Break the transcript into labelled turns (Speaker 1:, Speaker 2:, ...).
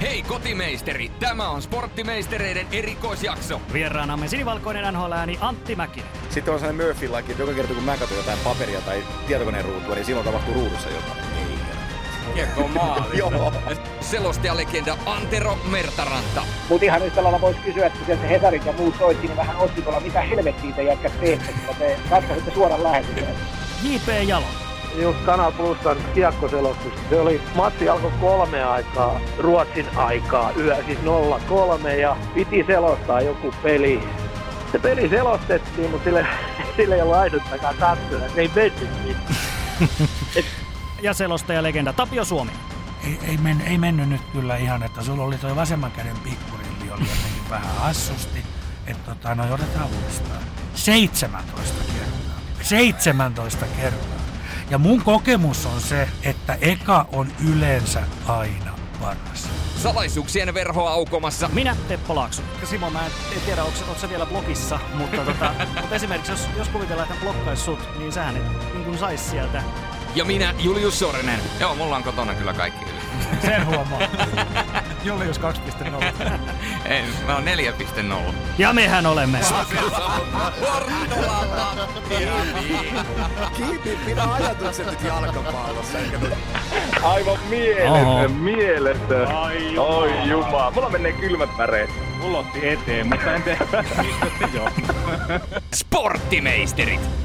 Speaker 1: Hei kotimeisteri, tämä on Sporttimeistereiden erikoisjakso.
Speaker 2: Vieraanamme sinivalkoinen NHL-ääni Antti Mäkinen.
Speaker 3: Sitten on sellainen Murphy laki, että joka kerta kun mä katson jotain paperia tai tietokoneen ruutua, niin silloin tapahtuu ruudussa jotain. Ei. No
Speaker 1: Kiekko maali.
Speaker 3: Joo.
Speaker 1: Selostajalegenda Antero Mertaranta.
Speaker 4: Mutta ihan yhtä lailla voisi kysyä, että sieltä Hesarit ja muut soitti niin vähän otsikolla, mitä helvettiä te jätkät teette, kun te katsasitte suoran lähetyksen.
Speaker 2: J.P. Jalo.
Speaker 5: just Kanal Plusan kiekkoselostus. Se oli, matsi alkoi kolme aikaa, Ruotsin aikaa, yö siis 03 ja piti selostaa joku peli. Se peli selostettiin, mutta sille, sille ei ollut ainuttakaan katsoja, se ei mennyt mitään.
Speaker 2: Ja selostaja legenda Tapio Suomi.
Speaker 6: ei, ei, men, ei mennyt nyt kyllä ihan, että sulla oli toi vasemman käden pikkurilli oli jotenkin vähän hassusti. Että tota, no otetaan uudestaan. 17 kertaa. 17 kertaa. Ja mun kokemus on se, että eka on yleensä aina paras.
Speaker 1: Salaisuuksien verhoa aukomassa.
Speaker 2: Minä, Teppo Laakso. Simo, mä en en tiedä, onko, onko se vielä blogissa, mutta, tota, mutta esimerkiksi jos, jos kuvitellaan, että hän blokkaisi sut, niin sähän et niin kuin sais sieltä.
Speaker 1: Ja minä, Julius Sorinen. Joo, mulla on kotona kyllä kaikki yli.
Speaker 6: Sen huomaa. Julius 2.0.
Speaker 1: Ei, mä oon 4.0.
Speaker 2: Ja mehän olemme.
Speaker 1: Portolalla.
Speaker 3: Kiipi, pidä ajatukset nyt jalkapallossa. Eikä nyt...
Speaker 5: Aivan mieletön,
Speaker 2: Oho.
Speaker 5: mieletön. Ai jumala. Oi jumala.
Speaker 3: Mulla menee kylmät väreet.
Speaker 5: Mulla otti eteen, mutta en tiedä.
Speaker 1: Sporttimeisterit.